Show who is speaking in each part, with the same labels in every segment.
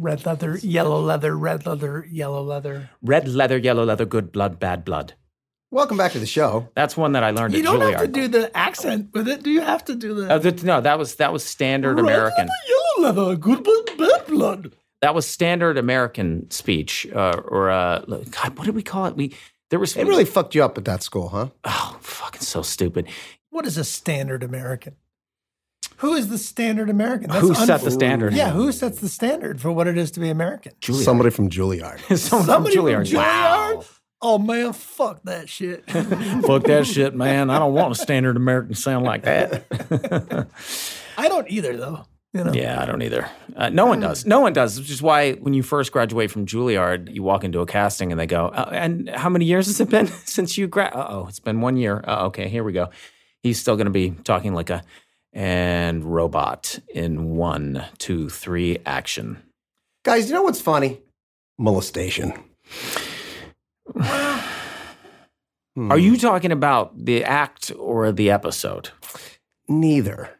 Speaker 1: Red leather, yellow leather, red leather, yellow leather.
Speaker 2: Red leather, yellow leather, good blood, bad blood.
Speaker 3: Welcome back to the show.
Speaker 2: That's one that I learned
Speaker 1: You
Speaker 2: at
Speaker 1: don't
Speaker 2: Juilliard.
Speaker 1: have to do the accent with it. Do you have to do the
Speaker 2: Uh, th- no, that was that was standard American.
Speaker 1: Yellow leather, good blood, bad blood.
Speaker 2: That was standard American speech, uh, or uh, God, what did we call it? We there was
Speaker 3: It really fucked you up at that school, huh?
Speaker 2: oh fucking so stupid.
Speaker 1: What is a standard American? Who is the standard American? That's
Speaker 2: who set the
Speaker 1: unf-
Speaker 2: standard?
Speaker 1: Yeah, who sets the standard for what it is to be American?
Speaker 2: Juilliard.
Speaker 3: Somebody from Juilliard.
Speaker 2: Someone
Speaker 1: Somebody
Speaker 2: from
Speaker 1: from
Speaker 2: Juilliard. Wow.
Speaker 1: Juilliard? Oh man, fuck that shit.
Speaker 2: Fuck that shit, man. I don't want a standard American to sound like that.
Speaker 1: I don't either though. You know.
Speaker 2: yeah, I don't either. Uh, no one does. No one does, which is why when you first graduate from Juilliard, you walk into a casting and they go, uh, And how many years has it been since you grad? Oh, it's been one year. Uh, okay, here we go. He's still going to be talking like a and robot in one, two, three action.
Speaker 3: Guys, you know what's funny? Molestation.
Speaker 2: Are you talking about the act or the episode?
Speaker 3: Neither.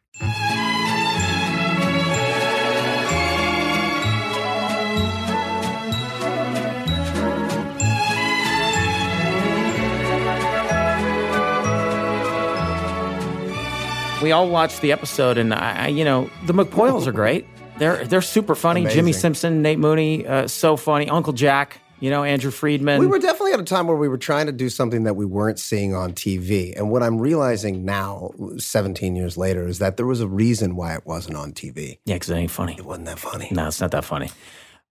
Speaker 2: We all watched the episode, and I, I you know, the McPoyles are great. They're they're super funny. Jimmy
Speaker 3: Amazing.
Speaker 2: Simpson, Nate Mooney, uh, so funny. Uncle Jack, you know, Andrew Friedman.
Speaker 3: We were definitely at a time where we were trying to do something that we weren't seeing on TV. And what I'm realizing now, 17 years later, is that there was a reason why it wasn't on TV.
Speaker 2: yeah, because it ain't funny.
Speaker 3: It wasn't that funny.
Speaker 2: No, it's not that funny.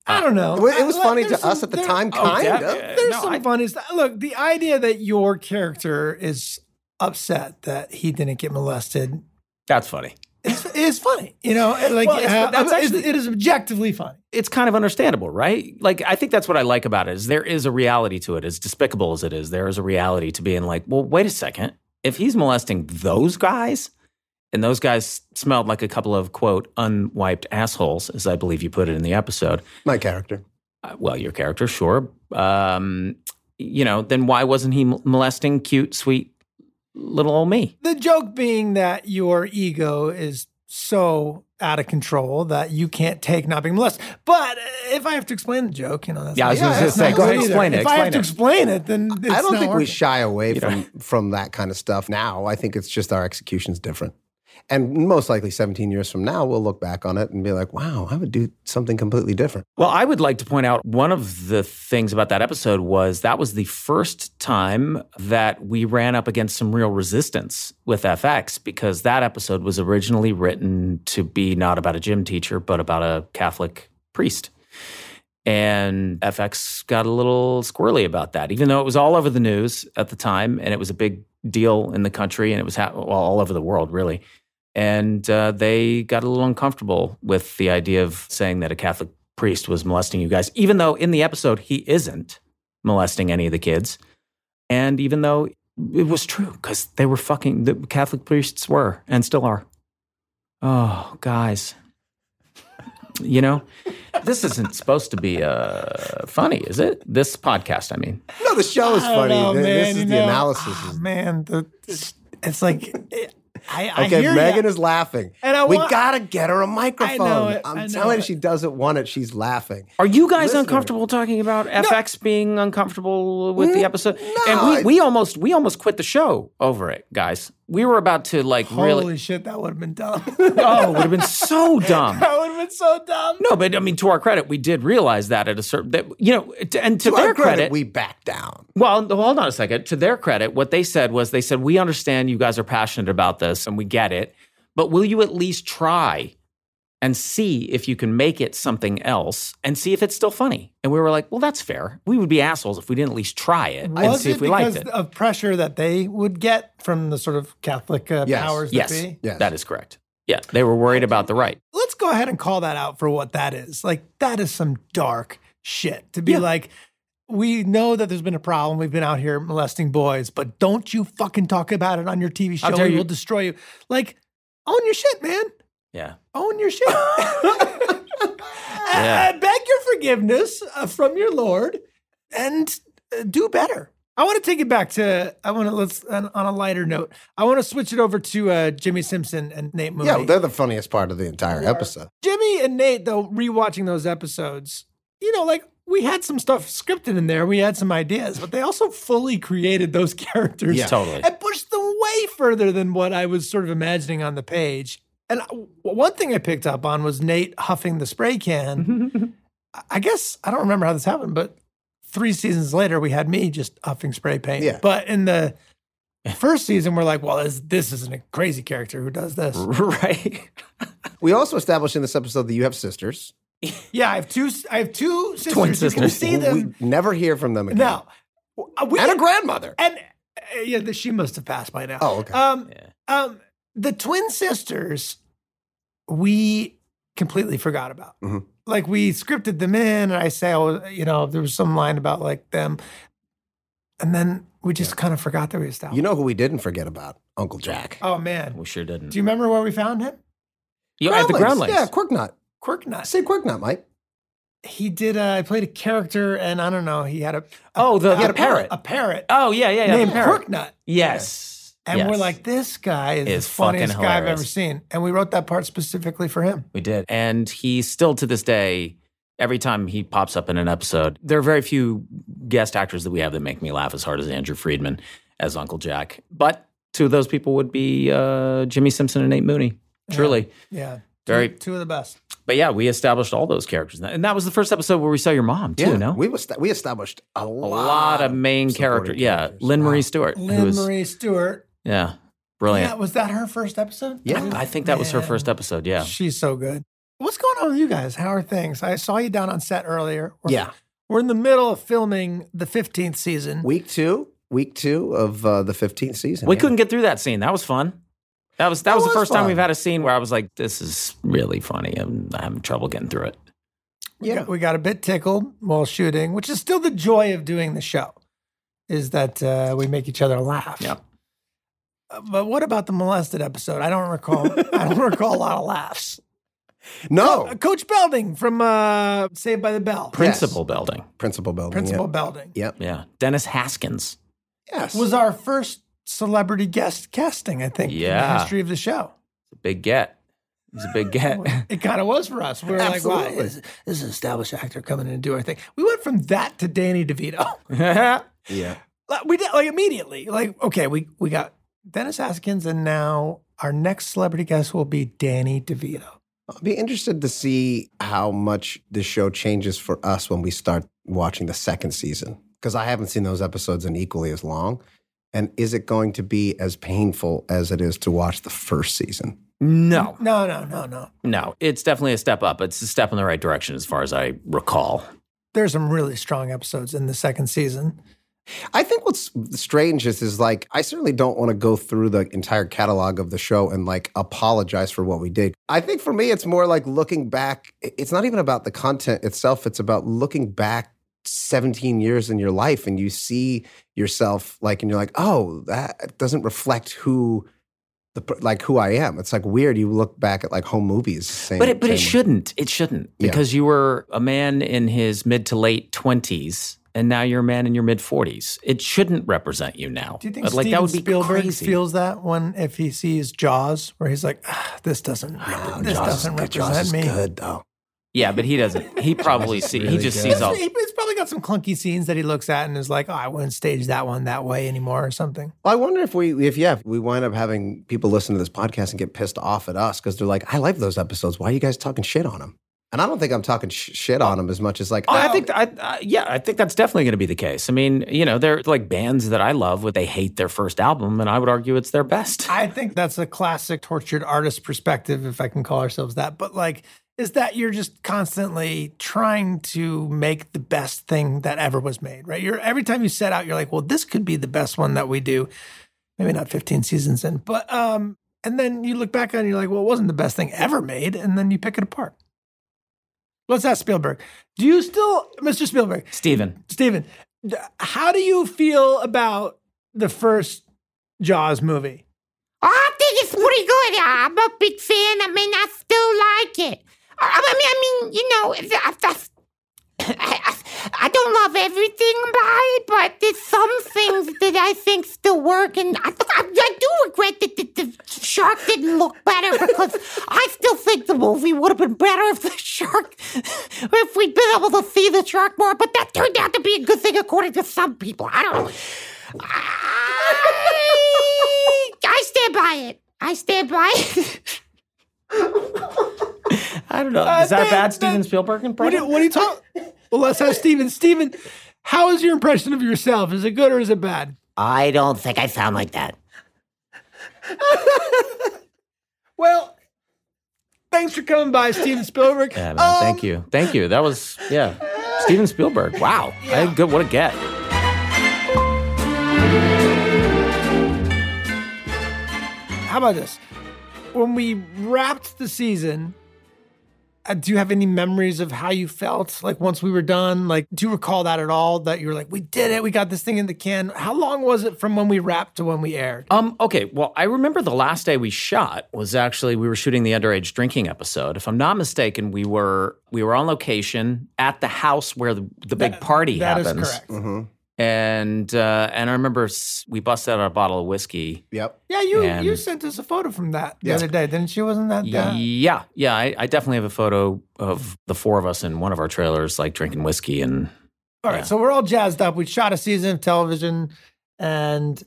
Speaker 1: I don't know.
Speaker 3: It wa- it was
Speaker 1: I-
Speaker 3: funny
Speaker 1: there's
Speaker 3: to us
Speaker 1: some-
Speaker 3: at the
Speaker 1: there-
Speaker 3: time,
Speaker 2: Oh,
Speaker 3: kind
Speaker 2: yeah,
Speaker 3: of.
Speaker 2: yeah,
Speaker 1: Uh, There's
Speaker 2: no,
Speaker 1: some
Speaker 2: I-
Speaker 1: funny stuff. Look, the idea that your character is upset that he didn't get molested
Speaker 2: That's funny.
Speaker 1: is, is funny. You know, and like
Speaker 2: Well, it's-
Speaker 1: uh,
Speaker 2: but that's
Speaker 1: it's-
Speaker 2: actually-
Speaker 1: it is objectively funny.
Speaker 2: It's kind of understandable, right? Like I think that's what I like about it is there is a reality to it. As despicable as it is, there is a reality to being like, well, wait a second. If he's molesting those guys, and those guys smelled like a couple of quote unwiped assholes, as I believe you put it in the episode.
Speaker 3: My character.
Speaker 2: uh, well, your character, sure. Um, you know, then why wasn't he mol- molesting cute, sweet little old me?
Speaker 1: The joke being that your ego is so out of control that you can't take not being molested. But uh, if I have to explain the joke, you know, that's
Speaker 2: Yeah, I was
Speaker 1: not-
Speaker 2: gonna
Speaker 1: that's
Speaker 2: say,
Speaker 1: not
Speaker 2: go ahead,
Speaker 1: good either.
Speaker 2: explain it,
Speaker 1: If I have
Speaker 2: explain
Speaker 1: to explain
Speaker 2: it.
Speaker 1: it, then it's
Speaker 3: I don't
Speaker 1: not
Speaker 3: think we
Speaker 1: working.
Speaker 3: shy away from, from that kind of stuff now. I think it's just our execution's different. And most likely 17 years from now, we'll look back on it and be like, wow, I would do something completely different.
Speaker 2: Well, I would like to point out one of the things about that episode was that was the first time that we ran up against some real resistance with FX because that episode was originally written to be not about a gym teacher, but about a Catholic priest. And FX got a little squirrely about that, even though it was all over the news at the time and it was a big deal in the country and it was ha- well, all over the world, really. And uh, they got a little uncomfortable with the idea of saying that a Catholic priest was molesting you guys, even though in the episode he isn't molesting any of the kids. And even though it was true, because they were fucking, the Catholic priests were and still are. Oh, guys. You know, this isn't supposed to be uh, funny, is it? This podcast, I mean.
Speaker 3: No, the show is
Speaker 1: I don't
Speaker 3: funny.
Speaker 1: know,
Speaker 3: Th-
Speaker 1: man,
Speaker 3: this is
Speaker 1: you
Speaker 3: the
Speaker 1: know.
Speaker 3: analysis.
Speaker 1: Ah,
Speaker 3: is-
Speaker 1: man, the, it's, it's like it- I, I
Speaker 3: Okay,
Speaker 1: hear
Speaker 3: Megan
Speaker 1: ya.
Speaker 3: is laughing.
Speaker 1: And I
Speaker 3: we
Speaker 1: want-
Speaker 3: gotta get her a microphone.
Speaker 1: it,
Speaker 3: I'm
Speaker 1: I know
Speaker 3: telling you,
Speaker 1: it.
Speaker 3: she doesn't want it. She's laughing.
Speaker 2: Are you guys
Speaker 3: Listener.
Speaker 2: uncomfortable talking about FX being uncomfortable with the episode? and we,
Speaker 3: I-
Speaker 2: we almost we almost quit the show over it, guys. We were about to like
Speaker 1: Holy
Speaker 2: really
Speaker 1: shit, that would have been dumb. that
Speaker 2: Oh, it would have been so dumb.
Speaker 1: would have been so dumb.
Speaker 2: No, but I mean to our credit, we did realize that at a certain that you know, to, and to,
Speaker 3: To
Speaker 2: their
Speaker 3: our credit, we back down.
Speaker 2: Well, no, hold on a second. To their credit, what they said was they said, We understand you guys are passionate about this and we get it, but will you at least try and see if you can make it something else and see if it's still funny? And we were like, Well, that's fair. We would be assholes if we didn't at least try it and
Speaker 1: Was
Speaker 2: see
Speaker 1: it
Speaker 2: if we
Speaker 1: because
Speaker 2: liked it.
Speaker 1: of pressure that they would get from the sort of Catholic uh,
Speaker 3: Yes.
Speaker 1: powers
Speaker 2: Yes.
Speaker 1: that be?
Speaker 3: Yes.
Speaker 2: That is correct. Yeah. They were worried about the right.
Speaker 1: Let's go ahead and call that out for what that is. Like, that is some dark shit to be like, we know that there's been a problem. We've been out here molesting boys, but don't you fucking talk about it on your TV show.
Speaker 2: dare
Speaker 1: We
Speaker 2: you.
Speaker 1: will destroy you. Like, own your shit, man.
Speaker 2: Yeah.
Speaker 1: own your shit. I-
Speaker 2: Yeah.
Speaker 1: I, beg your forgiveness uh, from your Lord and uh, do better. I want to take it back to I want to let's on, on a lighter note. I want to switch it over to uh, Jimmy Simpson and Nate Mooney.
Speaker 3: Yeah, they're the funniest part of the entire episode.
Speaker 1: Jimmy and Nate though rewatching those episodes. You know, like we had some stuff scripted in there. We had some ideas, but they also fully created those characters
Speaker 3: Yeah.
Speaker 2: Totally.
Speaker 1: and pushed them way further than what I was sort of imagining on the page. And I- w- one thing I picked up on was Nate huffing the spray
Speaker 3: Mm-hmm.
Speaker 1: can. I- I guess I don't remember how this happened, but three seasons later, we had me just huffing spray paint.
Speaker 3: Yeah.
Speaker 1: But in the first season, we're like, well, this, this isn't a crazy character who does this.
Speaker 2: right.
Speaker 3: We also established in this episode that you have sisters.
Speaker 1: Yeah, I have two. s- I have two sisters.
Speaker 2: Twin
Speaker 1: You can
Speaker 2: sisters.
Speaker 1: see them
Speaker 3: We never hear from them again.
Speaker 1: now. We,
Speaker 3: And a grandmother.
Speaker 1: and uh, yeah, the, she must have passed by now.
Speaker 3: Oh, okay.
Speaker 1: Um,
Speaker 2: Yeah.
Speaker 1: um, the twin sisters, we completely forgot about.
Speaker 2: Mm-hmm.
Speaker 3: Mhm.
Speaker 1: Like we scripted them in, and I say, oh, you know, there was some line about like them, and then we just kind of forgot that we established.
Speaker 3: You know who we didn't forget about? Uncle Jack.
Speaker 1: oh man,
Speaker 2: We sure didn't.
Speaker 1: do you remember where we found him?
Speaker 2: You, at the
Speaker 3: Groundlings.
Speaker 2: Groundlings.
Speaker 3: Yeah, Quirknut.
Speaker 1: Quirknut.
Speaker 3: Say Quirknut, Mike.
Speaker 1: He did. uh, I played a character, and I don't know. He had a
Speaker 2: Oh, the,
Speaker 1: he had
Speaker 2: the parrot.
Speaker 1: a parrot
Speaker 2: Oh, yeah, yeah, yeah. the
Speaker 1: named
Speaker 2: parrot.
Speaker 1: Quirknut.
Speaker 2: Yes.
Speaker 1: And
Speaker 2: Yes.
Speaker 1: we're like, this guy is,
Speaker 2: Is
Speaker 1: the
Speaker 2: fucking
Speaker 1: funniest guy I've
Speaker 2: hilarious.
Speaker 1: ever seen. And we wrote that part specifically for him.
Speaker 2: We did. And he still to this day, every time he pops up in an episode, there are very few guest actors that we have that make me laugh as hard as Andrew Friedman as Uncle Jack. But two of those people would be uh, Jimmy Simpson and Nate Mooney. Truly.
Speaker 1: Yeah.
Speaker 2: Very-
Speaker 1: Two of the best.
Speaker 2: But yeah, we established all those characters. And that was the first episode where we saw your mom, too, no?
Speaker 3: We, was, we established a,
Speaker 2: a lot of main character.
Speaker 3: supporting
Speaker 2: Yeah.
Speaker 3: characters.
Speaker 2: Lynn Marie
Speaker 3: Wow.
Speaker 2: Stewart. who
Speaker 1: Lynn
Speaker 2: was-
Speaker 1: Marie Stewart.
Speaker 2: Yeah. Brilliant.
Speaker 1: Yeah, was that her first episode?
Speaker 3: Yeah.
Speaker 2: I think that was her
Speaker 1: Oh, Man.
Speaker 2: first episode. Yeah.
Speaker 1: She's so good. What's going on with you guys? How are things? I saw you down on set earlier. We're,
Speaker 3: Yeah.
Speaker 1: We're in the middle of filming the 15th season.
Speaker 3: Week two, week two of uh, the 15th season.
Speaker 2: We
Speaker 3: yeah.
Speaker 2: couldn't get through that scene. That was fun. That was that,
Speaker 3: That
Speaker 2: was the
Speaker 3: was
Speaker 2: first time
Speaker 3: fun.
Speaker 2: we've had a scene where I was like, "This is really funny. I'm, I'm having trouble getting through it."
Speaker 1: We
Speaker 3: Yeah.
Speaker 1: got- we got a bit tickled while shooting, which is still the joy of doing the show, is that uh, we make each other laugh.
Speaker 2: Yeah.
Speaker 1: Uh, But what about the molested episode? I don't recall. I don't recall a lot of laughs.
Speaker 3: No. Oh.
Speaker 1: Uh, Coach Belding from uh, Saved by the Bell,
Speaker 2: Principal building.
Speaker 3: Principal Building.
Speaker 1: Principal Belding,
Speaker 3: Yep. yep.
Speaker 2: Yeah. Dennis Haskins.
Speaker 3: Yes.
Speaker 1: was our first celebrity guest casting. I think in the
Speaker 2: Yeah.
Speaker 1: history of the show,
Speaker 2: Big get. He's a big get.
Speaker 1: it kind of was for us. We were like, "Wow,
Speaker 3: Absolutely.
Speaker 1: this, this is an established actor coming in and do our thing." We went from that to Danny DeVito.
Speaker 3: yeah.
Speaker 1: Like, we did like immediately. Like, okay, we we got Dennis Haskins, and now our next celebrity guest will be Danny DeVito.
Speaker 3: I'll be interested to see how much the show changes for us when we start watching the second season because I haven't seen those episodes in equally as long. And is it going to be as painful as it is to watch the first season?
Speaker 2: no,
Speaker 1: No, no, no, no.
Speaker 2: no. It's definitely a step up. It's a step in the right direction, as far as I recall.
Speaker 1: There's some really strong episodes in the second season.
Speaker 3: I think what's strange is, is like, I certainly don't want to go through the entire catalog of the show and like apologize for what we did. I think for me, it's more like looking back. i- It's not even about the content itself, it's about looking back 17 years in your life and you see yourself like, and you're like, oh, that doesn't reflect who. The, per- like who I am, it's like weird. You look back at like home movies, same,
Speaker 2: But it, but
Speaker 3: same
Speaker 2: it
Speaker 3: way.
Speaker 2: shouldn't. It shouldn't
Speaker 3: Yeah.
Speaker 2: because you were a man in his mid to late twenties, and now you're a man in your mid forties. It shouldn't represent you now.
Speaker 1: Do you think
Speaker 2: like
Speaker 1: Steven
Speaker 2: that would be
Speaker 1: Spielberg
Speaker 2: crazy.
Speaker 1: feels that when if he sees Jaws, where he's like, ah, "This doesn't,
Speaker 3: Oh,
Speaker 1: this
Speaker 3: Jaws is
Speaker 1: doesn't
Speaker 3: good. Jaws
Speaker 1: represent
Speaker 3: is
Speaker 1: me."
Speaker 3: good though.
Speaker 2: yeah, but he doesn't. He probably
Speaker 3: That's
Speaker 2: see.
Speaker 3: really
Speaker 2: he just
Speaker 3: good.
Speaker 2: sees all.
Speaker 1: He- He's probably got some clunky scenes that he looks at and is like, "Oh, I wouldn't stage that one that way anymore," or something.
Speaker 3: Well, I wonder if we, if yeah, if we wind up having people listen to this podcast and get pissed off at us because they're like, I like those episodes. Why are you guys talking shit on them? And I don't think I'm talking sh- shit on them as much as like,
Speaker 2: Oh, I think I, I, yeah, I think that's definitely going to be the case. I mean, you know, there are like bands that I love, where they hate their first album, and I would argue it's their best.
Speaker 1: I think that's a classic tortured artist perspective, if I can call ourselves that. But like, is that you're just constantly trying to make the best thing that ever was made, right? You're every time you set out, you're like, well, this could be the best one that we do. Maybe not 15 seasons in, but um, and then you look back on it and you're like, well, it wasn't the best thing ever made, and then you pick it apart. Let's ask Spielberg. Do you still, Mr. Spielberg,
Speaker 2: Steven.
Speaker 1: Steven, d- how do you feel about the first Jaws movie?
Speaker 4: Oh, I think it's pretty good. I'm a big fan. I mean, I still like it. I I mean, I mean, you know, I, I, I, I don't love everything about it, but there's some things that I think still work. And I, I, I do regret that the, the shark didn't look better because I still think the movie would have been better if the shark, if we'd been able to see the shark more. But that turned out to be a good thing according to some people. I don't know. I, I stand by it. I stand by it.
Speaker 2: I don't know. Is that a
Speaker 1: man,
Speaker 2: bad
Speaker 1: man.
Speaker 2: Steven Spielberg
Speaker 1: What
Speaker 2: impression?
Speaker 1: are, what are you talking? Well, let's have Steven. Steven, how is your impression of yourself? Is it good or is it bad?
Speaker 4: I don't think I sound like that.
Speaker 1: Well, thanks for coming by, Steven Spielberg.
Speaker 2: Yeah, man.
Speaker 1: Um,
Speaker 2: thank you. Thank you. That was yeah. Steven Spielberg. Wow. I- good. What a get.
Speaker 1: How about this? When we wrapped the season, uh, do you have any memories of how you felt? Like once we were done, like do you recall that at all? That you were like, we did it, we got this thing in the can. How long was it from when we wrapped to when we aired?
Speaker 2: Um, okay, well, I remember the last day we shot was actually we were shooting the underage drinking episode. If I'm not mistaken, we were we were on location at the house where the, the big party
Speaker 1: That is
Speaker 2: happens.
Speaker 1: correct.
Speaker 3: Mm-hmm.
Speaker 2: And uh, and I remember s- we busted out a bottle of whiskey.
Speaker 3: Yep.
Speaker 1: Yeah, you
Speaker 2: And-
Speaker 1: you sent us a photo from that the
Speaker 3: Yeah.
Speaker 1: other day, didn't you? Wasn't that
Speaker 2: Yeah,
Speaker 1: that?
Speaker 2: yeah, I, I definitely have a photo of the four of us in one of our trailers, like drinking whiskey and
Speaker 1: All right,
Speaker 2: Yeah.
Speaker 1: so we're all jazzed up. We shot a season of television, and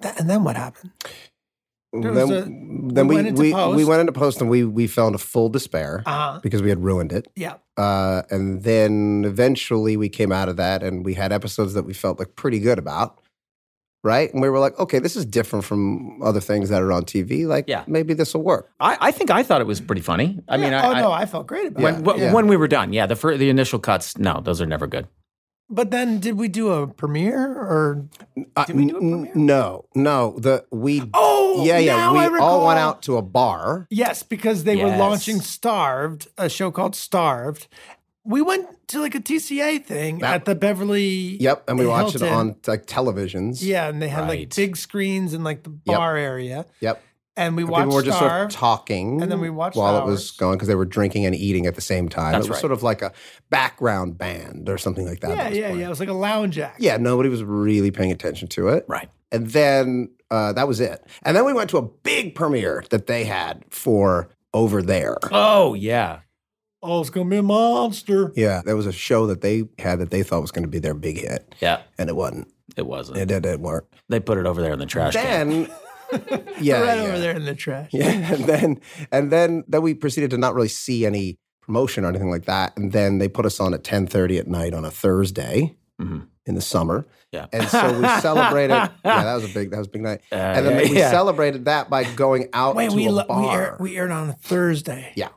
Speaker 1: th- and then what happened? There was
Speaker 3: Then,
Speaker 1: a-
Speaker 3: then
Speaker 1: we
Speaker 3: we
Speaker 1: went into
Speaker 3: we,
Speaker 1: post.
Speaker 3: we went into post and we we fell into full despair
Speaker 1: Uh huh.
Speaker 3: because we had ruined it.
Speaker 1: Yeah.
Speaker 3: Uh, and then eventually we came out of that and we had episodes that we felt like pretty good about. Right. And we were like, okay, this is different from other things that are on TV. Like,
Speaker 2: Yeah.
Speaker 3: maybe this will work.
Speaker 2: I, I think I thought it was pretty funny. I mean,
Speaker 1: Yeah. oh
Speaker 2: I, I-
Speaker 1: no, I felt great about
Speaker 3: Yeah.
Speaker 1: it.
Speaker 2: when, when we were done, yeah, the fir- the initial cuts, no, those are never good.
Speaker 1: But then, did we do a premiere or?
Speaker 3: Uh,
Speaker 1: Did we do a
Speaker 3: n-
Speaker 1: premiere?
Speaker 3: No, no. The we
Speaker 1: Oh,
Speaker 3: yeah, yeah.
Speaker 1: now
Speaker 3: We
Speaker 1: I
Speaker 3: all
Speaker 1: recall.
Speaker 3: went out to a bar.
Speaker 1: Yes, because they were
Speaker 2: Yes.
Speaker 1: launching Starved, a show called Starved. We went to like a TCA thing
Speaker 3: That-
Speaker 1: at the Beverly.
Speaker 3: Yep, and we watched it
Speaker 1: Hilton.
Speaker 3: on like televisions.
Speaker 1: Yeah, and they had like
Speaker 2: Right.
Speaker 1: big screens in like the
Speaker 3: Yep.
Speaker 1: bar area,
Speaker 3: Yep.
Speaker 1: and we
Speaker 3: And
Speaker 1: watched
Speaker 3: people were just sort of
Speaker 1: Starved.
Speaker 3: talking,
Speaker 1: and then we watched
Speaker 3: while it
Speaker 1: ours.
Speaker 3: was going because they were drinking and eating at the same time.
Speaker 2: That's
Speaker 3: it was
Speaker 2: right.
Speaker 3: sort of like a background band or something like that.
Speaker 1: yeah,
Speaker 3: that was
Speaker 1: yeah,
Speaker 3: playing.
Speaker 1: yeah. It was like a lounge act.
Speaker 3: Yeah, nobody was really paying attention to it.
Speaker 2: Right.
Speaker 3: And then uh, that was it. And then we went to a big premiere that they had for over there.
Speaker 2: Oh yeah.
Speaker 1: Oh, it's gonna be a monster.
Speaker 3: Yeah, there was a show that they had that they thought was going to be their big hit,
Speaker 2: Yeah.
Speaker 3: and it wasn't.
Speaker 2: It wasn't.
Speaker 3: It, it didn't work.
Speaker 2: They put it over there in the trash can.
Speaker 3: then yeah,
Speaker 1: right
Speaker 3: yeah.
Speaker 1: over there in the trash.
Speaker 3: Yeah, and then and then then we proceeded to not really see any promotion or anything like that. And then they put us on at ten thirty at night on a Thursday
Speaker 2: Mhm.
Speaker 3: in the summer.
Speaker 2: Yeah.
Speaker 3: and so we celebrated. yeah, that was a big that was a big night.
Speaker 2: Uh,
Speaker 3: and then
Speaker 2: yeah,
Speaker 3: we
Speaker 2: yeah.
Speaker 3: celebrated that by going out
Speaker 1: Wait,
Speaker 3: to
Speaker 1: we
Speaker 3: a
Speaker 2: uh,
Speaker 1: le- we,
Speaker 3: bar.
Speaker 1: aired, we aired on a Thursday.
Speaker 3: yeah,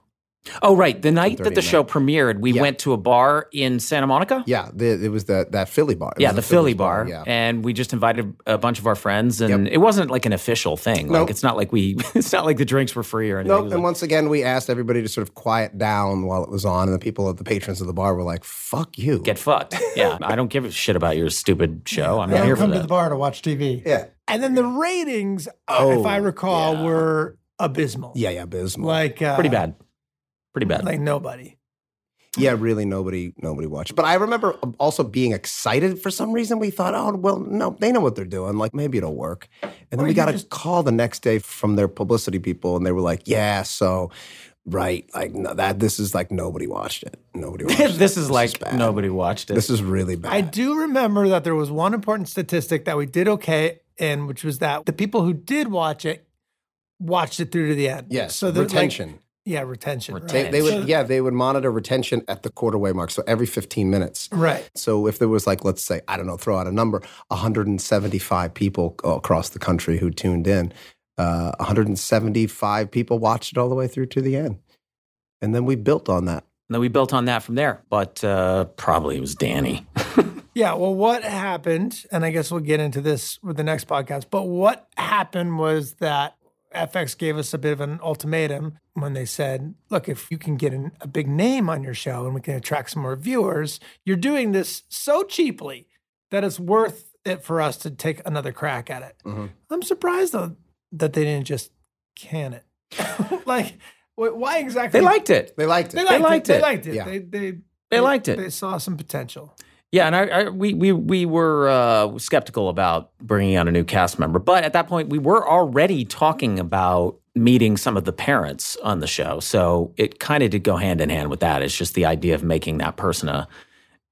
Speaker 2: Oh right, the night that
Speaker 3: 10:30
Speaker 2: the
Speaker 3: at
Speaker 2: show premiered, we
Speaker 3: Yeah.
Speaker 2: went to a bar in Santa Monica.
Speaker 3: yeah. The, it was the that Philly bar. It
Speaker 2: Yeah,
Speaker 3: was
Speaker 2: the
Speaker 3: a
Speaker 2: Philly bar,
Speaker 3: Yeah.
Speaker 2: and we just invited a bunch of our friends, and it wasn't like an official thing. Like
Speaker 3: Nope.
Speaker 2: it's not like we, it's not like the drinks were free or anything.
Speaker 3: Nope.
Speaker 2: It was
Speaker 3: And
Speaker 2: like-
Speaker 3: once again, we asked everybody to sort of quiet down while it was on, and the people, the patrons of the bar, were like, "Fuck you."
Speaker 2: Get fucked. Yeah, I don't give a shit about your stupid show. I'm
Speaker 1: They
Speaker 2: not
Speaker 1: don't
Speaker 2: here for
Speaker 1: come to
Speaker 2: that.
Speaker 1: the bar to watch TV.
Speaker 3: yeah,
Speaker 1: And then the ratings, uh, if
Speaker 3: Oh,
Speaker 1: I recall, were abysmal.
Speaker 3: yeah, yeah. Abysmal.
Speaker 1: Like uh,
Speaker 2: Pretty bad. Pretty bad.
Speaker 1: Like nobody.
Speaker 3: Yeah, really, nobody nobody watched. But I remember um, also being excited for some reason. We thought, oh, well, no, they know what they're doing. Like maybe it'll work. And then we got a call the next day from their publicity people, and they were like, yeah, so right, like no, that this is like nobody watched it. Nobody watched it.
Speaker 2: this is like
Speaker 3: bad.
Speaker 2: nobody watched it.
Speaker 3: This is really
Speaker 1: I
Speaker 3: bad.
Speaker 1: do remember that there was one important statistic that we did okay in, which was that the people who did watch it watched it through to the end.
Speaker 3: yes,
Speaker 1: that, like-
Speaker 3: retention.
Speaker 1: yeah, retention. right.
Speaker 3: they, they would yeah they would monitor retention at the quarter way mark, so every fifteen minutes.
Speaker 1: Right.
Speaker 3: So if there was like, let's say, I don't know, throw out a number, 175 people across the country who tuned in, uh, 175 people watched it all the way through to the end. And then we built on that.
Speaker 2: And then we built on that from there. But uh, probably it was Danny.
Speaker 1: Yeah. Well, what happened, and I guess we'll get into this with the next podcast, but what happened was that FX gave us a bit of an ultimatum when they said, look, if you can get an, a big name on your show and we can attract some more viewers, you're doing this so cheaply that it's worth it for us to take another crack at it.
Speaker 3: Mm-hmm.
Speaker 1: I'm surprised though that they didn't just can it. like, wh- why exactly?
Speaker 2: They liked it.
Speaker 3: They liked it.
Speaker 1: They liked,
Speaker 2: liked
Speaker 1: it. They
Speaker 2: it.
Speaker 1: liked it.
Speaker 3: Yeah.
Speaker 1: They, they,
Speaker 2: They liked it.
Speaker 1: They saw some potential.
Speaker 2: Yeah, and I, I we we we were uh, skeptical about bringing on a new cast member, but at that point we were already talking about meeting some of the parents on the show, so it kind of did go hand in hand with that. It's just the idea of making that person a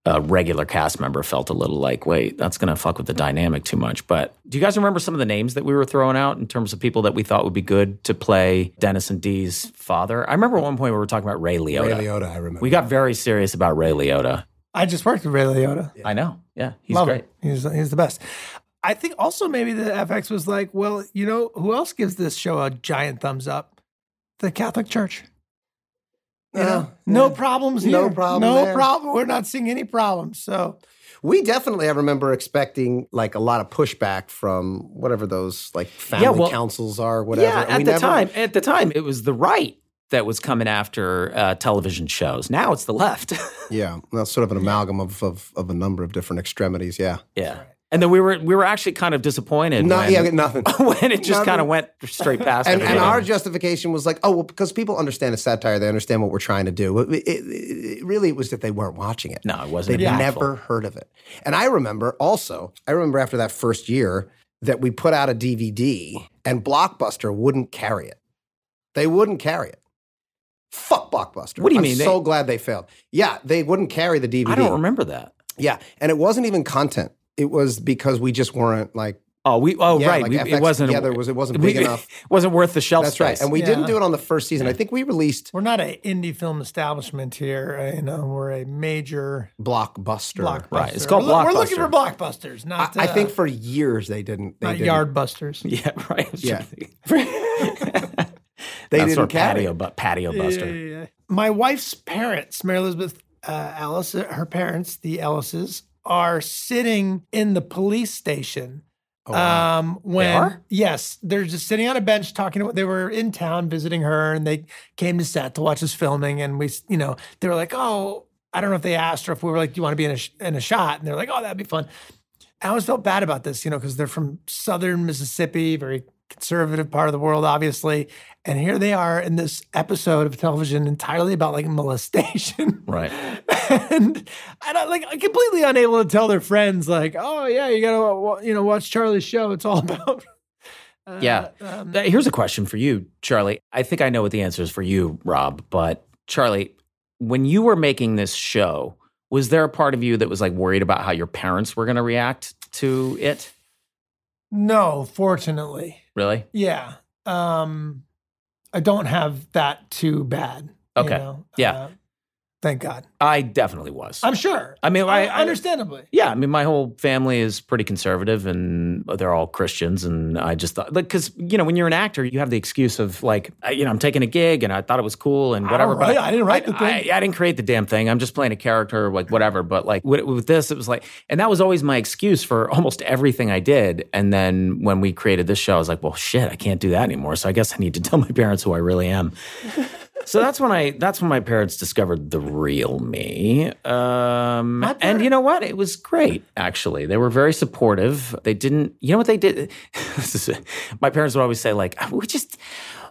Speaker 2: a regular cast member felt a little like, wait, that's going to fuck with the dynamic too much. But do you guys remember some of the names that we were throwing out in terms of people that we thought would be good to play Dennis and Dee's father? I remember at one point we were talking about Ray Liotta.
Speaker 3: Ray Liotta, I remember.
Speaker 2: We got very serious about Ray Liotta.
Speaker 1: I just worked with Ray Liotta.
Speaker 2: I know. Yeah, he's
Speaker 1: Love
Speaker 2: great.
Speaker 1: him. He's, he's the best. I think also maybe the FX was like, well, you know, who else gives this show a giant thumbs up? The Catholic Church. You know, no problems here.
Speaker 3: Oh, No problem
Speaker 1: No
Speaker 3: there.
Speaker 1: problem. We're not seeing any problems. So
Speaker 3: We definitely, I remember expecting like a lot of pushback from whatever those like family
Speaker 2: well-
Speaker 3: councils are, whatever.
Speaker 2: Yeah,
Speaker 3: And
Speaker 2: at
Speaker 3: we
Speaker 2: the
Speaker 3: never-
Speaker 2: time, at the time, it was the right that was coming after uh, television shows. Now it's the left.
Speaker 3: Yeah, that's sort of an amalgam of, of of a number of different extremities. Yeah,
Speaker 2: yeah, and then we were we were actually kind of disappointed
Speaker 3: not
Speaker 2: when,
Speaker 3: yeah, nothing.
Speaker 2: when it just
Speaker 3: Nothing.
Speaker 2: kind of went straight past.
Speaker 3: And, and
Speaker 2: everything.
Speaker 3: our justification was like, oh, well, because people understand it's satire, they understand what we're trying to do. It, it- it- really, it was that they weren't watching it.
Speaker 2: no, it
Speaker 3: They'd
Speaker 2: wasn't. impactful.
Speaker 3: never heard of it. And I remember also, I remember after that first year that we put out a DVD and Blockbuster wouldn't carry it. They wouldn't carry it. Fuck Blockbuster.
Speaker 2: What do you
Speaker 3: I'm
Speaker 2: mean? They-
Speaker 3: so glad they failed. Yeah, they wouldn't carry the DVD.
Speaker 2: I don't remember that.
Speaker 3: Yeah, and it wasn't even content. It was because we just weren't like
Speaker 2: Oh, we. Oh,
Speaker 3: yeah,
Speaker 2: right.
Speaker 3: like
Speaker 2: we,
Speaker 3: FX
Speaker 2: it wasn't.
Speaker 3: together was it wasn't
Speaker 2: we-
Speaker 3: big enough.
Speaker 2: it wasn't worth the shelf
Speaker 3: That's
Speaker 2: space.
Speaker 3: right. And we
Speaker 1: Yeah.
Speaker 3: didn't do it on the first season. I think we released
Speaker 1: we're not an indie film establishment here. uh, You know, we're a major
Speaker 3: Blockbuster.
Speaker 1: blockbuster.
Speaker 2: Right, it's called
Speaker 1: we're, lo- We're looking for
Speaker 2: Blockbuster.
Speaker 1: blockbusters,
Speaker 3: I,
Speaker 1: not
Speaker 3: I
Speaker 1: uh,
Speaker 3: think for years they didn't. They
Speaker 1: not
Speaker 3: didn't.
Speaker 1: yard busters.
Speaker 2: Yeah. Right.
Speaker 3: Yeah.
Speaker 2: they
Speaker 3: They
Speaker 2: That's
Speaker 3: didn't
Speaker 2: our
Speaker 3: carry
Speaker 2: patio, bu- patio buster.
Speaker 1: Yeah, yeah, yeah. My wife's parents, Mary Elizabeth uh, Ellis, her parents, the Ellises, are sitting in the police station.
Speaker 3: Oh, wow.
Speaker 1: Um, when
Speaker 2: are?
Speaker 1: yes, they're just sitting on a bench talking. About, they were in town visiting her, and they came to set to watch us filming. And we, s- you know, they were like, "Oh, I don't know if they asked her if we were like, do you want to be in a sh- in a shot?" And they're like, "Oh, that'd be fun." I always felt bad about this, you know, because they're from southern Mississippi, very conservative part of the world, obviously. And here they are in this episode of television entirely about like molestation.
Speaker 2: Right.
Speaker 1: and I don't like completely unable to tell their friends, like, oh yeah, you gotta wa- wa- you know watch Charlie's show. It's all about uh,
Speaker 2: Yeah.
Speaker 1: um,
Speaker 2: Uh, Here's a question for you, Charlie. I think I know what the answer is for you, Rob, but Charlie, when you were making this show, was there a part of you that was like worried about how your parents were going to react to it?
Speaker 1: no, fortunately,
Speaker 2: Really?
Speaker 1: yeah. Um, I don't have that too bad. you
Speaker 2: Okay.
Speaker 1: know?
Speaker 2: Yeah.
Speaker 1: Uh, thank God.
Speaker 2: I definitely was.
Speaker 1: I'm sure.
Speaker 2: I mean, I,
Speaker 1: Uh, understandably.
Speaker 2: Yeah, I mean, my whole family is pretty conservative, and they're all Christians. And I just thought, like, because you know, when you're an actor, you have the excuse of like, I- you know, I'm taking a gig, and I thought it was cool, and whatever.
Speaker 1: don't write- Oh, I didn't write
Speaker 2: I,
Speaker 1: the thing.
Speaker 2: I, I didn't create the damn thing. I'm just playing a character, like whatever. But like with, with this, it was like, and that was always my excuse for almost everything I did. And then when we created this show, I was like, well, shit, I can't do that anymore. So I guess I need to tell my parents who I really am. So that's when I that's when my parents discovered the real me. Um,
Speaker 1: My
Speaker 2: and you know what? It was great actually. They were very supportive. They didn't. You know what they did? This is- my parents would always say like, "Oh, "We just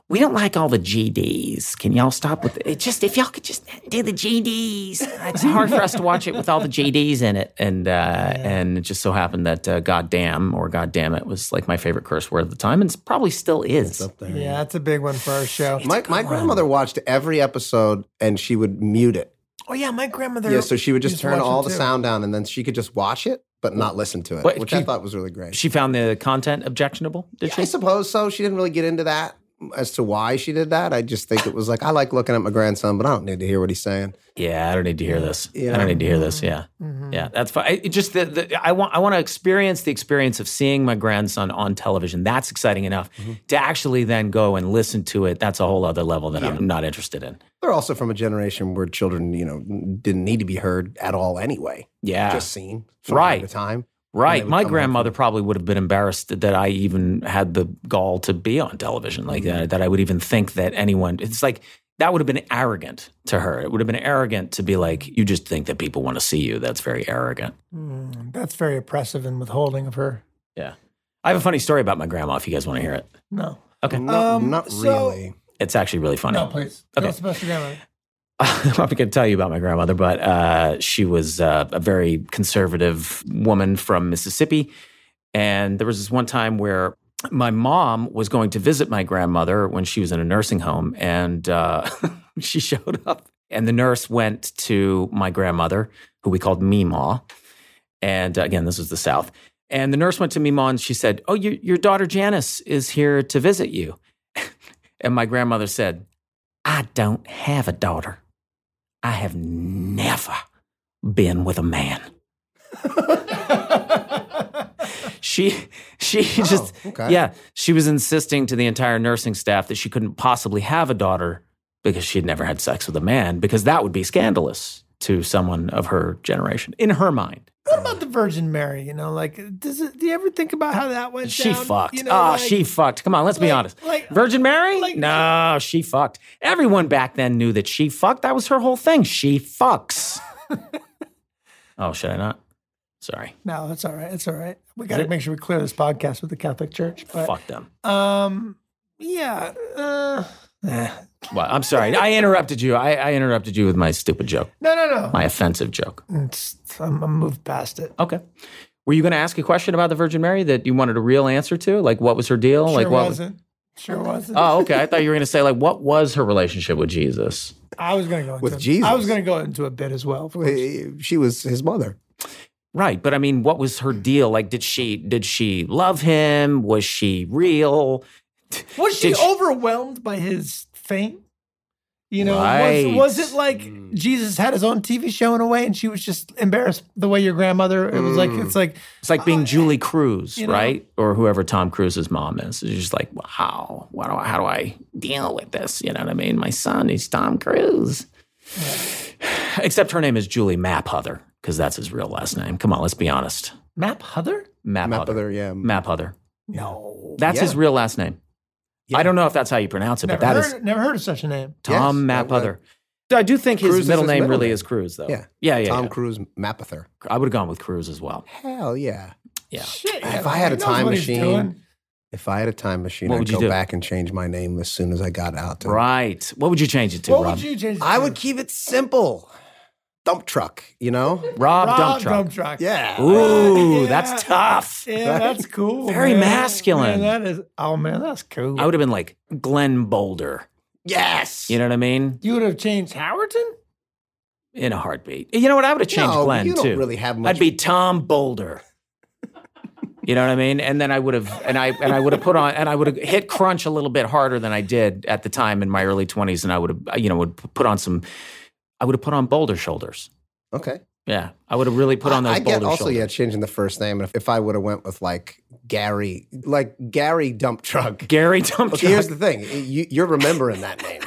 Speaker 2: we don't like all the GDs. Can y'all stop with it? Just if y'all could just do the GDs. It's hard for us to watch it with all the GDs in it." And uh, and it just so happened that uh, goddamn or goddamn it was like my favorite curse word at the time, and it's probably still is.
Speaker 1: Yeah, that's a big one for our show.
Speaker 3: my my grandmother watched every episode and she would mute it.
Speaker 1: Oh yeah, my grandmother.
Speaker 3: Yeah, so she would just
Speaker 1: used to
Speaker 3: turn
Speaker 1: watch
Speaker 3: all
Speaker 1: them,
Speaker 3: the
Speaker 1: too.
Speaker 3: sound down and then she could just watch it but not listen to it,
Speaker 2: But
Speaker 3: which
Speaker 2: she-
Speaker 3: I thought was really great.
Speaker 2: She found the content objectionable. Did
Speaker 3: I
Speaker 2: she?
Speaker 3: suppose so. She didn't really get into that as to why she did that. I just think it was like I like looking at my grandson, but I don't need to hear what he's saying.
Speaker 2: Yeah, I don't need to hear this. I
Speaker 3: Yeah. Mm-hmm.
Speaker 2: don't need to hear this. Yeah, yeah, that's fine. It just the, the I want I want to experience the experience of seeing my grandson on television. That's exciting enough
Speaker 3: Mm-hmm.
Speaker 2: to actually then go and listen to it. That's a whole other level that I'm not interested in.
Speaker 3: They're also from a generation where children, you know, didn't need to be heard at all anyway.
Speaker 2: Yeah,
Speaker 3: Just seen from
Speaker 2: Ah. Right.
Speaker 3: time to time.
Speaker 2: right.
Speaker 3: would
Speaker 2: My
Speaker 3: come home
Speaker 2: grandmother probably would have been embarrassed that I even had the gall to be on television like that. That I would even think that anyone. It's like. That would have been arrogant to her. It would have been arrogant to be like, you just think that people want to see you. That's very arrogant.
Speaker 1: Mm, that's very oppressive and withholding of her.
Speaker 2: Yeah. I have a funny story about my grandma if you guys want to hear it.
Speaker 1: No,
Speaker 2: Okay.
Speaker 3: No,
Speaker 1: Um,
Speaker 3: not
Speaker 1: so-
Speaker 3: really.
Speaker 2: It's actually really funny.
Speaker 1: no, please.
Speaker 2: Okay.
Speaker 1: Tell us about your grandmother.
Speaker 2: I'm not going to tell you about my grandmother, but uh, she was uh, a very conservative woman from Mississippi. And there was this one time where my mom was going to visit my grandmother when she was in a nursing home. And uh, she showed up. And the nurse went to my grandmother, who we called Meemaw. And uh, again, this was the South. And the nurse went to Meemaw and she said, Oh, your, your daughter Janice is here to visit you. and my grandmother said, I don't have a daughter. I have never been with a man. she she
Speaker 1: Oh,
Speaker 2: just
Speaker 3: okay.
Speaker 2: yeah, she was insisting to the entire nursing staff that she couldn't possibly have a daughter because she'd never had sex with a man because that would be scandalous to someone of her generation in her mind.
Speaker 1: What about the Virgin Mary? You know, like, does it, do you ever think about how that went
Speaker 2: She
Speaker 1: down?
Speaker 2: fucked.
Speaker 1: You know,
Speaker 2: Ah,
Speaker 1: like-
Speaker 2: she fucked. Come on, let's be
Speaker 1: like-
Speaker 2: honest.
Speaker 1: like-
Speaker 2: Virgin Mary?
Speaker 1: like-
Speaker 2: no, she fucked. Everyone back then knew that she fucked. That was her whole thing. She fucks. oh, should I not? Sorry.
Speaker 1: No, that's all right. That's all right. We got to make sure we clear this podcast with the Catholic Church. But,
Speaker 2: Fuck them.
Speaker 1: Um, yeah. Uh, eh.
Speaker 2: Well, I'm sorry. I interrupted you. I, I interrupted you with my stupid joke,
Speaker 1: No, no,
Speaker 2: my offensive joke.
Speaker 1: no. It's, I'm, I'm moved past it.
Speaker 2: Okay. Were you going to ask a question about the Virgin Mary that you wanted a real answer to? Like, what was her deal?
Speaker 1: Sure
Speaker 2: like, what?
Speaker 1: wasn't. Sure wasn't.
Speaker 2: Oh, okay. I thought you were going to say like, what was her relationship with Jesus?
Speaker 1: I was going to go into
Speaker 3: With
Speaker 1: a-
Speaker 3: Jesus.
Speaker 1: I was going to go into a bit as well. of course.
Speaker 3: Eh, She was his mother.
Speaker 2: Right, but I mean, what was her deal? Like, did she did she love him? Was she real?
Speaker 1: Was she
Speaker 2: Did she-
Speaker 1: overwhelmed by his fame? You know,
Speaker 2: Right.
Speaker 1: was, was it like Jesus had his own TV show in a way, and she was just embarrassed the way your grandmother? It was like it's like
Speaker 2: It's like being Julie Cruz,
Speaker 1: you know.
Speaker 2: right, or whoever Tom Cruise's mom is. It's just like, wow, why do I, how do I deal with this? You know what I mean? My son, he's Tom Cruise. Except her name is Julie Mapother because that's his real last name. Come on, let's be honest.
Speaker 1: Map Huther.
Speaker 2: Mapother.
Speaker 3: Mother, yeah.
Speaker 2: Mapother.
Speaker 1: No,
Speaker 2: That's
Speaker 3: Yeah.
Speaker 2: his real last name. I don't know if that's how you pronounce it,
Speaker 1: never
Speaker 2: but that
Speaker 1: heard,
Speaker 2: is.
Speaker 1: never heard of such a name.
Speaker 2: Tom
Speaker 3: Yes, that
Speaker 2: Mapother. I do think his
Speaker 3: Cruz is
Speaker 2: middle
Speaker 3: his
Speaker 2: name
Speaker 3: middle
Speaker 2: really
Speaker 3: name.
Speaker 2: is Cruz, though.
Speaker 3: Yeah.
Speaker 2: yeah, yeah.
Speaker 3: Tom
Speaker 2: yeah.
Speaker 3: Cruise Mapother.
Speaker 2: I would have gone with Cruz as well.
Speaker 3: Hell yeah.
Speaker 2: Yeah.
Speaker 1: Shit,
Speaker 3: If I had
Speaker 1: he
Speaker 3: a
Speaker 1: knows
Speaker 3: time
Speaker 1: what he's
Speaker 3: machine,
Speaker 1: doing.
Speaker 3: If I had a time machine,
Speaker 2: What
Speaker 3: I'd
Speaker 2: would you
Speaker 3: go
Speaker 2: do?
Speaker 3: back and change my name as soon as I got out. To
Speaker 2: Right. What would you change it to,
Speaker 1: what
Speaker 2: Rob?
Speaker 1: would you change? it
Speaker 3: I
Speaker 1: to?
Speaker 3: would keep it simple. Dump truck, you know?
Speaker 2: Rob,
Speaker 1: Rob
Speaker 2: Dump Truck.
Speaker 1: Dump truck.
Speaker 3: Yeah.
Speaker 2: Ooh,
Speaker 1: Yeah.
Speaker 2: that's tough.
Speaker 1: yeah, that's cool.
Speaker 2: Very
Speaker 1: man.
Speaker 2: masculine.
Speaker 1: Man, that is. Oh man, that's cool.
Speaker 2: I would have been like Glenn Boulder.
Speaker 3: Yes.
Speaker 2: You know what I mean?
Speaker 1: you would have changed Howerton.
Speaker 2: In a heartbeat. You know what? I would have changed
Speaker 3: no,
Speaker 2: Glenn
Speaker 3: you don't
Speaker 2: too.
Speaker 3: really have much.
Speaker 2: I'd be Tom Boulder. You know what I mean? And then I would have, and I and I would have put on, and I would have hit crunch a little bit harder than I did at the time in my early twenties, and I would have, you know, would put on some, I would have put on Boulder shoulders.
Speaker 3: okay.
Speaker 2: Yeah, I would have really put on those
Speaker 3: I, I get
Speaker 2: Boulder
Speaker 3: also
Speaker 2: shoulders.
Speaker 3: yeah changing the first name. If, if I would have went with like Gary, like Gary Dump Truck.
Speaker 2: Gary Dump
Speaker 3: Okay, here's the thing. You, you're remembering that name,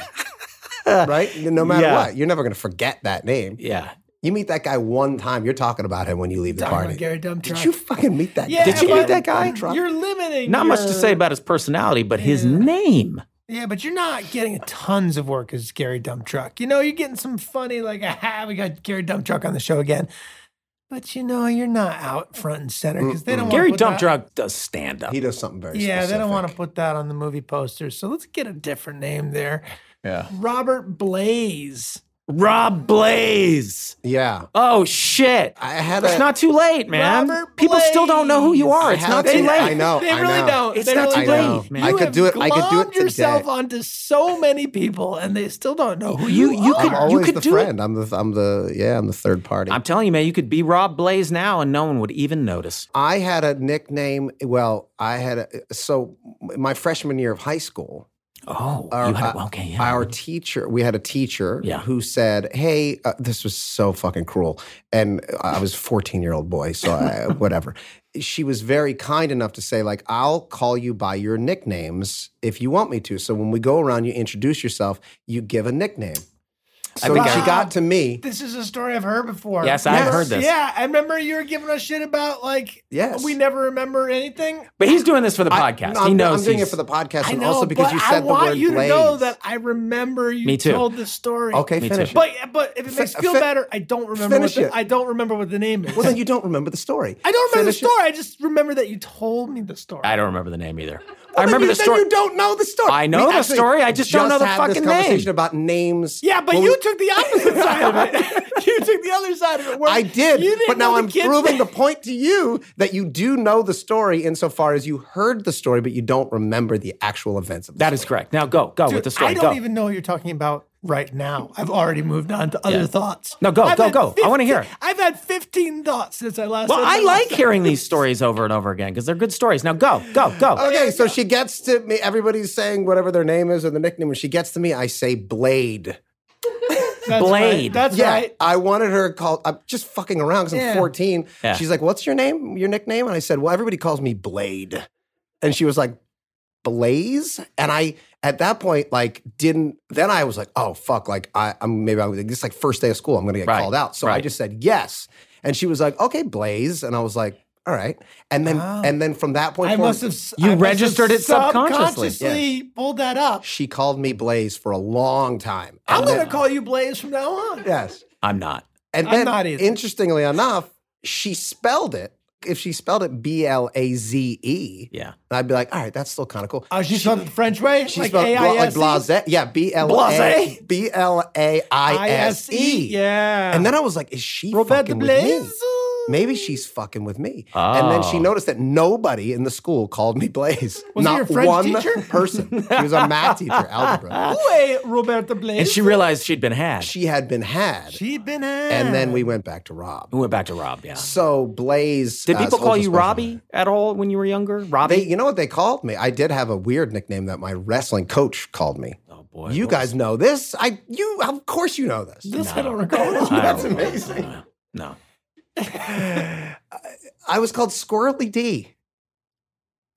Speaker 3: right? No matter
Speaker 2: Yeah.
Speaker 3: what, you're never going to forget that name.
Speaker 2: yeah.
Speaker 3: You meet that guy one time, you're talking about him when you leave the
Speaker 1: Talking about
Speaker 3: party.
Speaker 1: Gary Dump
Speaker 3: Did
Speaker 1: Truck.
Speaker 3: you fucking meet that?
Speaker 1: Yeah,
Speaker 3: guy?
Speaker 2: Did you
Speaker 1: but
Speaker 2: meet that guy?
Speaker 1: You're limiting.
Speaker 2: Not much to
Speaker 1: your-
Speaker 2: say about his personality, but his
Speaker 1: Yeah.
Speaker 2: name.
Speaker 1: Yeah, but you're not getting tons of work as Gary Dump Truck. You know, you're getting some funny, like, aha, we got Gary Dump Truck on the show again. But you know, you're not out front and center because they don't. wanna
Speaker 2: Mm, Gary
Speaker 1: put
Speaker 2: Dump
Speaker 1: that-
Speaker 2: Truck does stand up.
Speaker 3: He does something very.
Speaker 1: Yeah, they don't want to
Speaker 3: specific.
Speaker 1: put that on the movie poster. So let's get a different name there.
Speaker 2: Yeah.
Speaker 1: Robert Blaze.
Speaker 2: Rob Blaze.
Speaker 3: Yeah,
Speaker 2: Oh shit.
Speaker 3: I had
Speaker 2: It's
Speaker 3: a.
Speaker 2: not too late, man.
Speaker 1: Robert
Speaker 2: People still don't know who you
Speaker 1: Blaze.
Speaker 2: are. It's
Speaker 3: I
Speaker 2: not
Speaker 3: had-
Speaker 2: too late.
Speaker 3: I know.
Speaker 1: they
Speaker 3: I
Speaker 1: really
Speaker 3: know.
Speaker 1: don't.
Speaker 2: It's
Speaker 1: They
Speaker 2: not
Speaker 1: really
Speaker 2: too
Speaker 1: don't.
Speaker 2: late, man.
Speaker 1: You
Speaker 3: I could
Speaker 1: have
Speaker 3: do it- I could do it
Speaker 1: glommed yourself
Speaker 3: today.
Speaker 1: onto so many people, and they still don't know who you.
Speaker 2: You you
Speaker 3: I'm
Speaker 2: could
Speaker 3: always
Speaker 2: you could
Speaker 3: the
Speaker 2: do it.
Speaker 3: friend. I'm the. I'm the. Yeah, I'm the third party.
Speaker 2: I'm telling you, man, you could be Rob Blaze now and no one would even notice.
Speaker 3: I had a nickname. Well, I had a so my freshman year of high school.
Speaker 2: Oh,
Speaker 3: Our-
Speaker 2: you had
Speaker 3: uh,
Speaker 2: okay, yeah.
Speaker 3: Our teacher, we had a teacher
Speaker 2: Yeah.
Speaker 3: who said, "Hey, uh, this was so fucking cruel." And I was a 14-year-old boy, so I, whatever. She was very kind enough to say like, "I'll call you by your nicknames if you want me to." So when we go around, you introduce yourself, you give a nickname. So
Speaker 2: think
Speaker 3: she
Speaker 1: I-
Speaker 3: got to me.
Speaker 1: This is a story I've heard before.
Speaker 2: Yes, I've
Speaker 1: Remember-
Speaker 2: heard this.
Speaker 1: Yeah, I remember you were giving us shit about like
Speaker 3: Yes.
Speaker 1: we never remember anything.
Speaker 2: but he's doing this for the
Speaker 3: I-
Speaker 2: podcast.
Speaker 3: no, I'm,
Speaker 2: he knows
Speaker 3: I'm doing it
Speaker 2: he's-
Speaker 3: for the podcast,
Speaker 1: I
Speaker 3: and
Speaker 1: know,
Speaker 3: also because
Speaker 1: but
Speaker 3: you said
Speaker 1: I
Speaker 3: the
Speaker 1: want
Speaker 3: word
Speaker 1: you to
Speaker 3: Blaze.
Speaker 1: know that I remember you
Speaker 2: Me too.
Speaker 1: told the story.
Speaker 3: okay,
Speaker 2: Me too.
Speaker 3: finish. it.
Speaker 1: but but if it
Speaker 3: Fi-
Speaker 1: makes you feel
Speaker 3: fi-
Speaker 1: better, I don't remember. What
Speaker 3: finish
Speaker 1: the,
Speaker 3: it.
Speaker 1: I don't remember what the name is.
Speaker 3: Well, then you don't remember the story.
Speaker 1: I don't remember the
Speaker 3: Finish it.
Speaker 1: story. I just remember that you told me the story.
Speaker 2: I don't remember the name either. I remember the
Speaker 3: you,
Speaker 2: story.
Speaker 3: You don't know the story.
Speaker 2: I know the story, I just don't know the
Speaker 3: had
Speaker 2: fucking
Speaker 3: this
Speaker 2: name.
Speaker 3: conversation about names.
Speaker 1: Yeah, but
Speaker 3: Well,
Speaker 1: you
Speaker 3: we-
Speaker 1: took the opposite side of it. You took the other side of it. where
Speaker 3: I did,
Speaker 1: you didn't
Speaker 3: but
Speaker 1: know
Speaker 3: now
Speaker 1: the
Speaker 3: I'm
Speaker 1: kid's
Speaker 3: proving the
Speaker 1: name.
Speaker 3: point to you that you do know the story insofar as you heard the story, but you don't remember the actual events of the
Speaker 2: That is correct. Now go, go with the story.
Speaker 1: I don't
Speaker 2: go.
Speaker 1: even know what you're talking about right now. I've already moved on to other
Speaker 2: Yeah.
Speaker 1: thoughts.
Speaker 2: No, go,
Speaker 1: I've
Speaker 2: go,
Speaker 1: had
Speaker 2: go. I wanna hear it.
Speaker 1: I've had 15 thoughts since I last.
Speaker 2: well,
Speaker 1: had
Speaker 2: I
Speaker 1: the
Speaker 2: like
Speaker 1: last-
Speaker 2: hearing these stories over and over again because they're good stories. Now go, go, go.
Speaker 3: Okay, so she gets to me. Everybody's saying whatever their name is or the nickname. When she gets to me, I say Blade.
Speaker 1: That's
Speaker 2: Blade.
Speaker 1: Right. That's
Speaker 3: Yeah,
Speaker 1: right.
Speaker 3: I wanted her called. I'm just fucking around because
Speaker 1: Yeah.
Speaker 3: I'm 14.
Speaker 2: Yeah.
Speaker 3: She's like, "What's your name? Your nickname?" And I said, "Well, everybody calls me Blade." And she was like, "Blaze." And I, at that point, like, didn't. Then I was like, "Oh fuck!" Like, I, I'm maybe I'm this is like first day of school. I'm gonna get
Speaker 2: Right,
Speaker 3: called out. So I
Speaker 2: right.
Speaker 3: just said yes. And she was like, "Okay, Blaze." And I was like, "All right." And then,
Speaker 1: Wow.
Speaker 3: and then from that point,
Speaker 1: Oh. I
Speaker 3: forward,
Speaker 1: must have. s-
Speaker 2: You
Speaker 1: I must have
Speaker 2: registered it subconsciously.
Speaker 1: subconsciously pulled that up.
Speaker 3: she called me Blaze for a long time.
Speaker 1: I'm
Speaker 3: And
Speaker 1: going to
Speaker 3: then-
Speaker 1: call you Blaze from now on.
Speaker 3: yes.
Speaker 2: I'm not.
Speaker 3: And
Speaker 1: I'm
Speaker 3: then,
Speaker 1: not either.
Speaker 3: interestingly enough, she spelled it. If she spelled it B L A Z E,
Speaker 2: Yeah.
Speaker 3: I'd be like, all right, that's still kind of cool.
Speaker 1: Oh, she spelled it the French way.
Speaker 3: She
Speaker 1: like
Speaker 3: spelled bla- like
Speaker 1: A-I-S-E?
Speaker 3: blase. Yeah, B L A
Speaker 1: E? Blase?
Speaker 3: B L A I S
Speaker 1: I-S-E,
Speaker 3: E.
Speaker 1: Yeah.
Speaker 3: And then I was like, is she
Speaker 1: Robert
Speaker 3: fucking with me?
Speaker 1: Blaze.
Speaker 3: Maybe she's fucking with me. And then she
Speaker 2: Oh.
Speaker 3: noticed that nobody in the school called me Blaze.
Speaker 1: Was it
Speaker 3: Not
Speaker 1: your French
Speaker 3: one
Speaker 1: teacher?
Speaker 3: person. She was a math teacher, algebra.
Speaker 1: Way Robert Blaze.
Speaker 2: And she realized she'd been had.
Speaker 3: She had been had.
Speaker 1: She been
Speaker 3: and then we
Speaker 1: had.
Speaker 3: went back to Rob.
Speaker 2: We went back to Rob. Yeah.
Speaker 3: So Blaze.
Speaker 2: Did
Speaker 3: uh,
Speaker 2: people call
Speaker 3: Soldier
Speaker 2: you
Speaker 3: Special-
Speaker 2: Robbie at all when you were younger? Robbie.
Speaker 3: They, you know what they called me? I did have a weird nickname that my wrestling coach called me.
Speaker 2: oh boy.
Speaker 3: You
Speaker 2: what
Speaker 3: guys know this. I you of course you know this.
Speaker 1: This I
Speaker 2: No.
Speaker 1: don't recall.
Speaker 2: was- I
Speaker 3: That's
Speaker 2: don't know.
Speaker 3: amazing.
Speaker 2: No, No.
Speaker 3: I was called Squirrely D.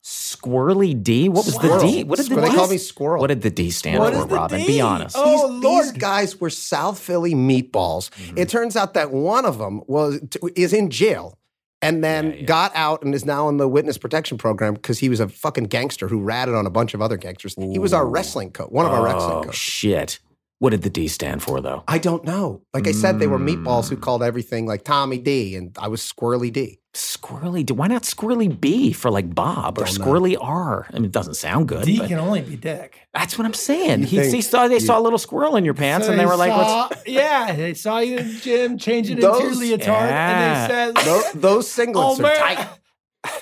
Speaker 2: Squirrely D. What was
Speaker 1: Squirrel.
Speaker 2: the D? What did the
Speaker 3: Squirrel.
Speaker 2: D
Speaker 3: They call me Squirrel.
Speaker 2: What did the D stand
Speaker 1: What
Speaker 2: for,
Speaker 1: is the
Speaker 2: Robin?
Speaker 1: D?
Speaker 2: Be honest.
Speaker 1: Oh.
Speaker 3: these, these
Speaker 1: Lord.
Speaker 3: guys were South Philly meatballs.
Speaker 2: Mm-hmm.
Speaker 3: It turns out that one of them was is in jail and then
Speaker 2: Yeah, yeah.
Speaker 3: got out and is now in the witness protection program because he was a fucking gangster who ratted on a bunch of other gangsters. He was our
Speaker 2: Ooh.
Speaker 3: wrestling coach, one of our wrestling
Speaker 2: Oh,
Speaker 3: coaches.
Speaker 2: shit. What did the D stand for, though?
Speaker 3: I don't know. Like I said, they were meatballs who
Speaker 2: Mm.
Speaker 3: called everything like Tommy D, and I was Squirrely D.
Speaker 2: Squirrely D. Why not Squirrely B for like Bob or
Speaker 3: Don't know.
Speaker 2: Squirrely R? I mean, it doesn't sound good.
Speaker 1: D
Speaker 2: but
Speaker 1: can only be Dick.
Speaker 2: that's what I'm saying.
Speaker 3: You
Speaker 2: He,
Speaker 3: think-
Speaker 2: he saw they saw a little squirrel in your pants,
Speaker 1: So
Speaker 2: and they were like, "What's?"
Speaker 1: saw, "Yeah, they saw you in the gym changing into your
Speaker 3: Those-
Speaker 1: leotard,
Speaker 2: Yeah.
Speaker 1: and they said,
Speaker 3: Those, those
Speaker 1: oh,
Speaker 3: singlets are
Speaker 1: man,
Speaker 3: tight.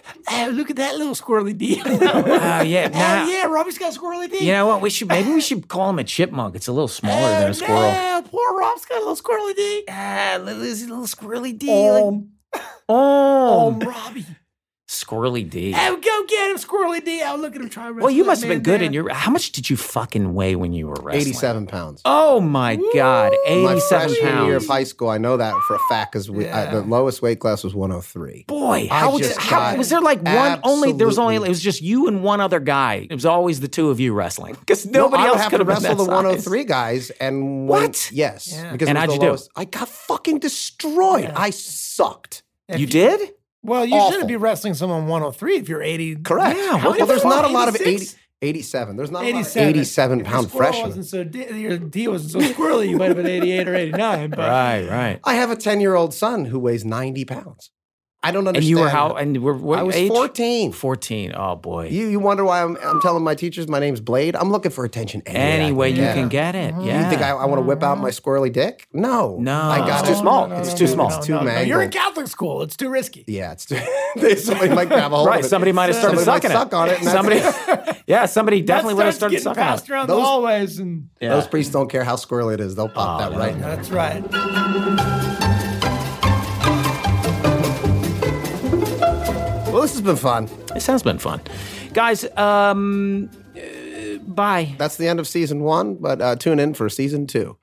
Speaker 1: eh, look at that little squirrely D.
Speaker 2: Oh yeah,
Speaker 1: Hell
Speaker 2: nah.
Speaker 1: yeah, Robbie's got a squirrely D.
Speaker 2: You know what? We should maybe we should call him a chipmunk. It's a little smaller
Speaker 1: Oh,
Speaker 2: than a squirrel.
Speaker 1: no, poor Rob's got a little squirrely D.
Speaker 2: Yeah, little, little squirrely D. like,
Speaker 1: Um,
Speaker 2: oh,
Speaker 1: um, Robbie.
Speaker 2: squirrely D.
Speaker 1: Oh, go get him, squirrely D. Oh, look at him trying to
Speaker 2: Well, you
Speaker 1: wrestle
Speaker 2: must
Speaker 1: that
Speaker 2: have been
Speaker 1: man
Speaker 2: good
Speaker 1: down.
Speaker 2: in your. How much did you fucking weigh when you were wrestling?
Speaker 3: 87 pounds.
Speaker 2: Oh my god,
Speaker 3: My
Speaker 2: Oh, eighty-seven
Speaker 3: freshman year of
Speaker 2: pounds.
Speaker 3: high school, I know that for a fact because
Speaker 1: Yeah.
Speaker 3: the lowest weight class was 103.
Speaker 2: Boy,
Speaker 3: I
Speaker 2: how was
Speaker 3: just
Speaker 2: how
Speaker 3: got
Speaker 2: was there like one only? There was only it
Speaker 3: absolutely-
Speaker 2: was just you and one other guy. It was always the two of you wrestling because
Speaker 3: No,
Speaker 2: nobody
Speaker 3: I would
Speaker 2: else
Speaker 3: have
Speaker 2: could
Speaker 3: to
Speaker 2: have been
Speaker 3: wrestle
Speaker 2: that
Speaker 3: the
Speaker 2: size.
Speaker 3: 103 guys. And when-
Speaker 2: What?
Speaker 3: yes,
Speaker 1: Yeah.
Speaker 3: because
Speaker 2: And
Speaker 3: it was
Speaker 2: how'd
Speaker 3: the
Speaker 2: you do?
Speaker 3: lowest. I got fucking destroyed.
Speaker 1: Yeah.
Speaker 3: I sucked.
Speaker 1: If
Speaker 2: You did?
Speaker 1: Well, you
Speaker 3: Awful.
Speaker 1: shouldn't be wrestling someone 103 if you're 80.
Speaker 3: Correct.
Speaker 2: Yeah,
Speaker 1: How
Speaker 2: what
Speaker 1: many
Speaker 3: well, there's
Speaker 1: fuck-
Speaker 3: not a lot of 80,
Speaker 1: 86?
Speaker 3: 87. There's not a lot
Speaker 1: 87.
Speaker 3: of 87
Speaker 1: If your
Speaker 3: pound
Speaker 1: squirrel
Speaker 3: freshmen.
Speaker 1: Wasn't so di- your D wasn't so squirrely. You might have been 88 or 89. But
Speaker 2: Right, right.
Speaker 3: I have a 10 year old son who weighs 90 pounds. I don't understand.
Speaker 2: And you were how?
Speaker 3: that.
Speaker 2: And you were what
Speaker 3: I was
Speaker 2: age?
Speaker 3: 14.
Speaker 2: Fourteen. Oh boy.
Speaker 3: You you wonder why I'm I'm telling my teachers my name's Blade. I'm looking for attention
Speaker 2: Any way you
Speaker 1: Yeah.
Speaker 2: can get it. Yeah.
Speaker 3: Mm-hmm. You think I, I want to whip out my squirrely dick? No,
Speaker 2: No.
Speaker 3: I got
Speaker 2: It's too
Speaker 3: it.
Speaker 2: small. It's too small.
Speaker 3: It's too mangled.
Speaker 1: You're in Catholic school. It's too risky.
Speaker 3: Yeah, it's too. somebody might grab a hold
Speaker 2: right?
Speaker 3: of it.
Speaker 2: Somebody might have started
Speaker 3: Somebody
Speaker 2: sucking
Speaker 3: might suck on it. and that's
Speaker 2: Somebody,
Speaker 3: it.
Speaker 2: yeah, somebody definitely would have
Speaker 1: That starts
Speaker 2: started
Speaker 1: getting
Speaker 2: sucking on
Speaker 1: passed
Speaker 2: it.
Speaker 1: around
Speaker 3: Those-
Speaker 1: the hallways, and
Speaker 2: Yeah.
Speaker 3: Those priests don't care how squirrely it is; they'll pop
Speaker 2: Oh,
Speaker 3: that right. now.
Speaker 1: that's right.
Speaker 3: Well, this has been fun.
Speaker 2: This has been fun, guys. Um, uh, bye.
Speaker 3: That's the end of season one, but uh, tune in for season two.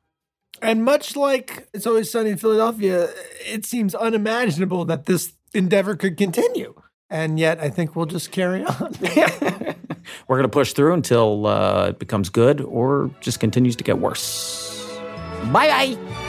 Speaker 1: And much like it's always sunny in Philadelphia, it seems unimaginable that this endeavor could continue. And yet, I think we'll just carry on.
Speaker 2: We're gonna push through until uh, it becomes good or just continues to get worse. Bye bye.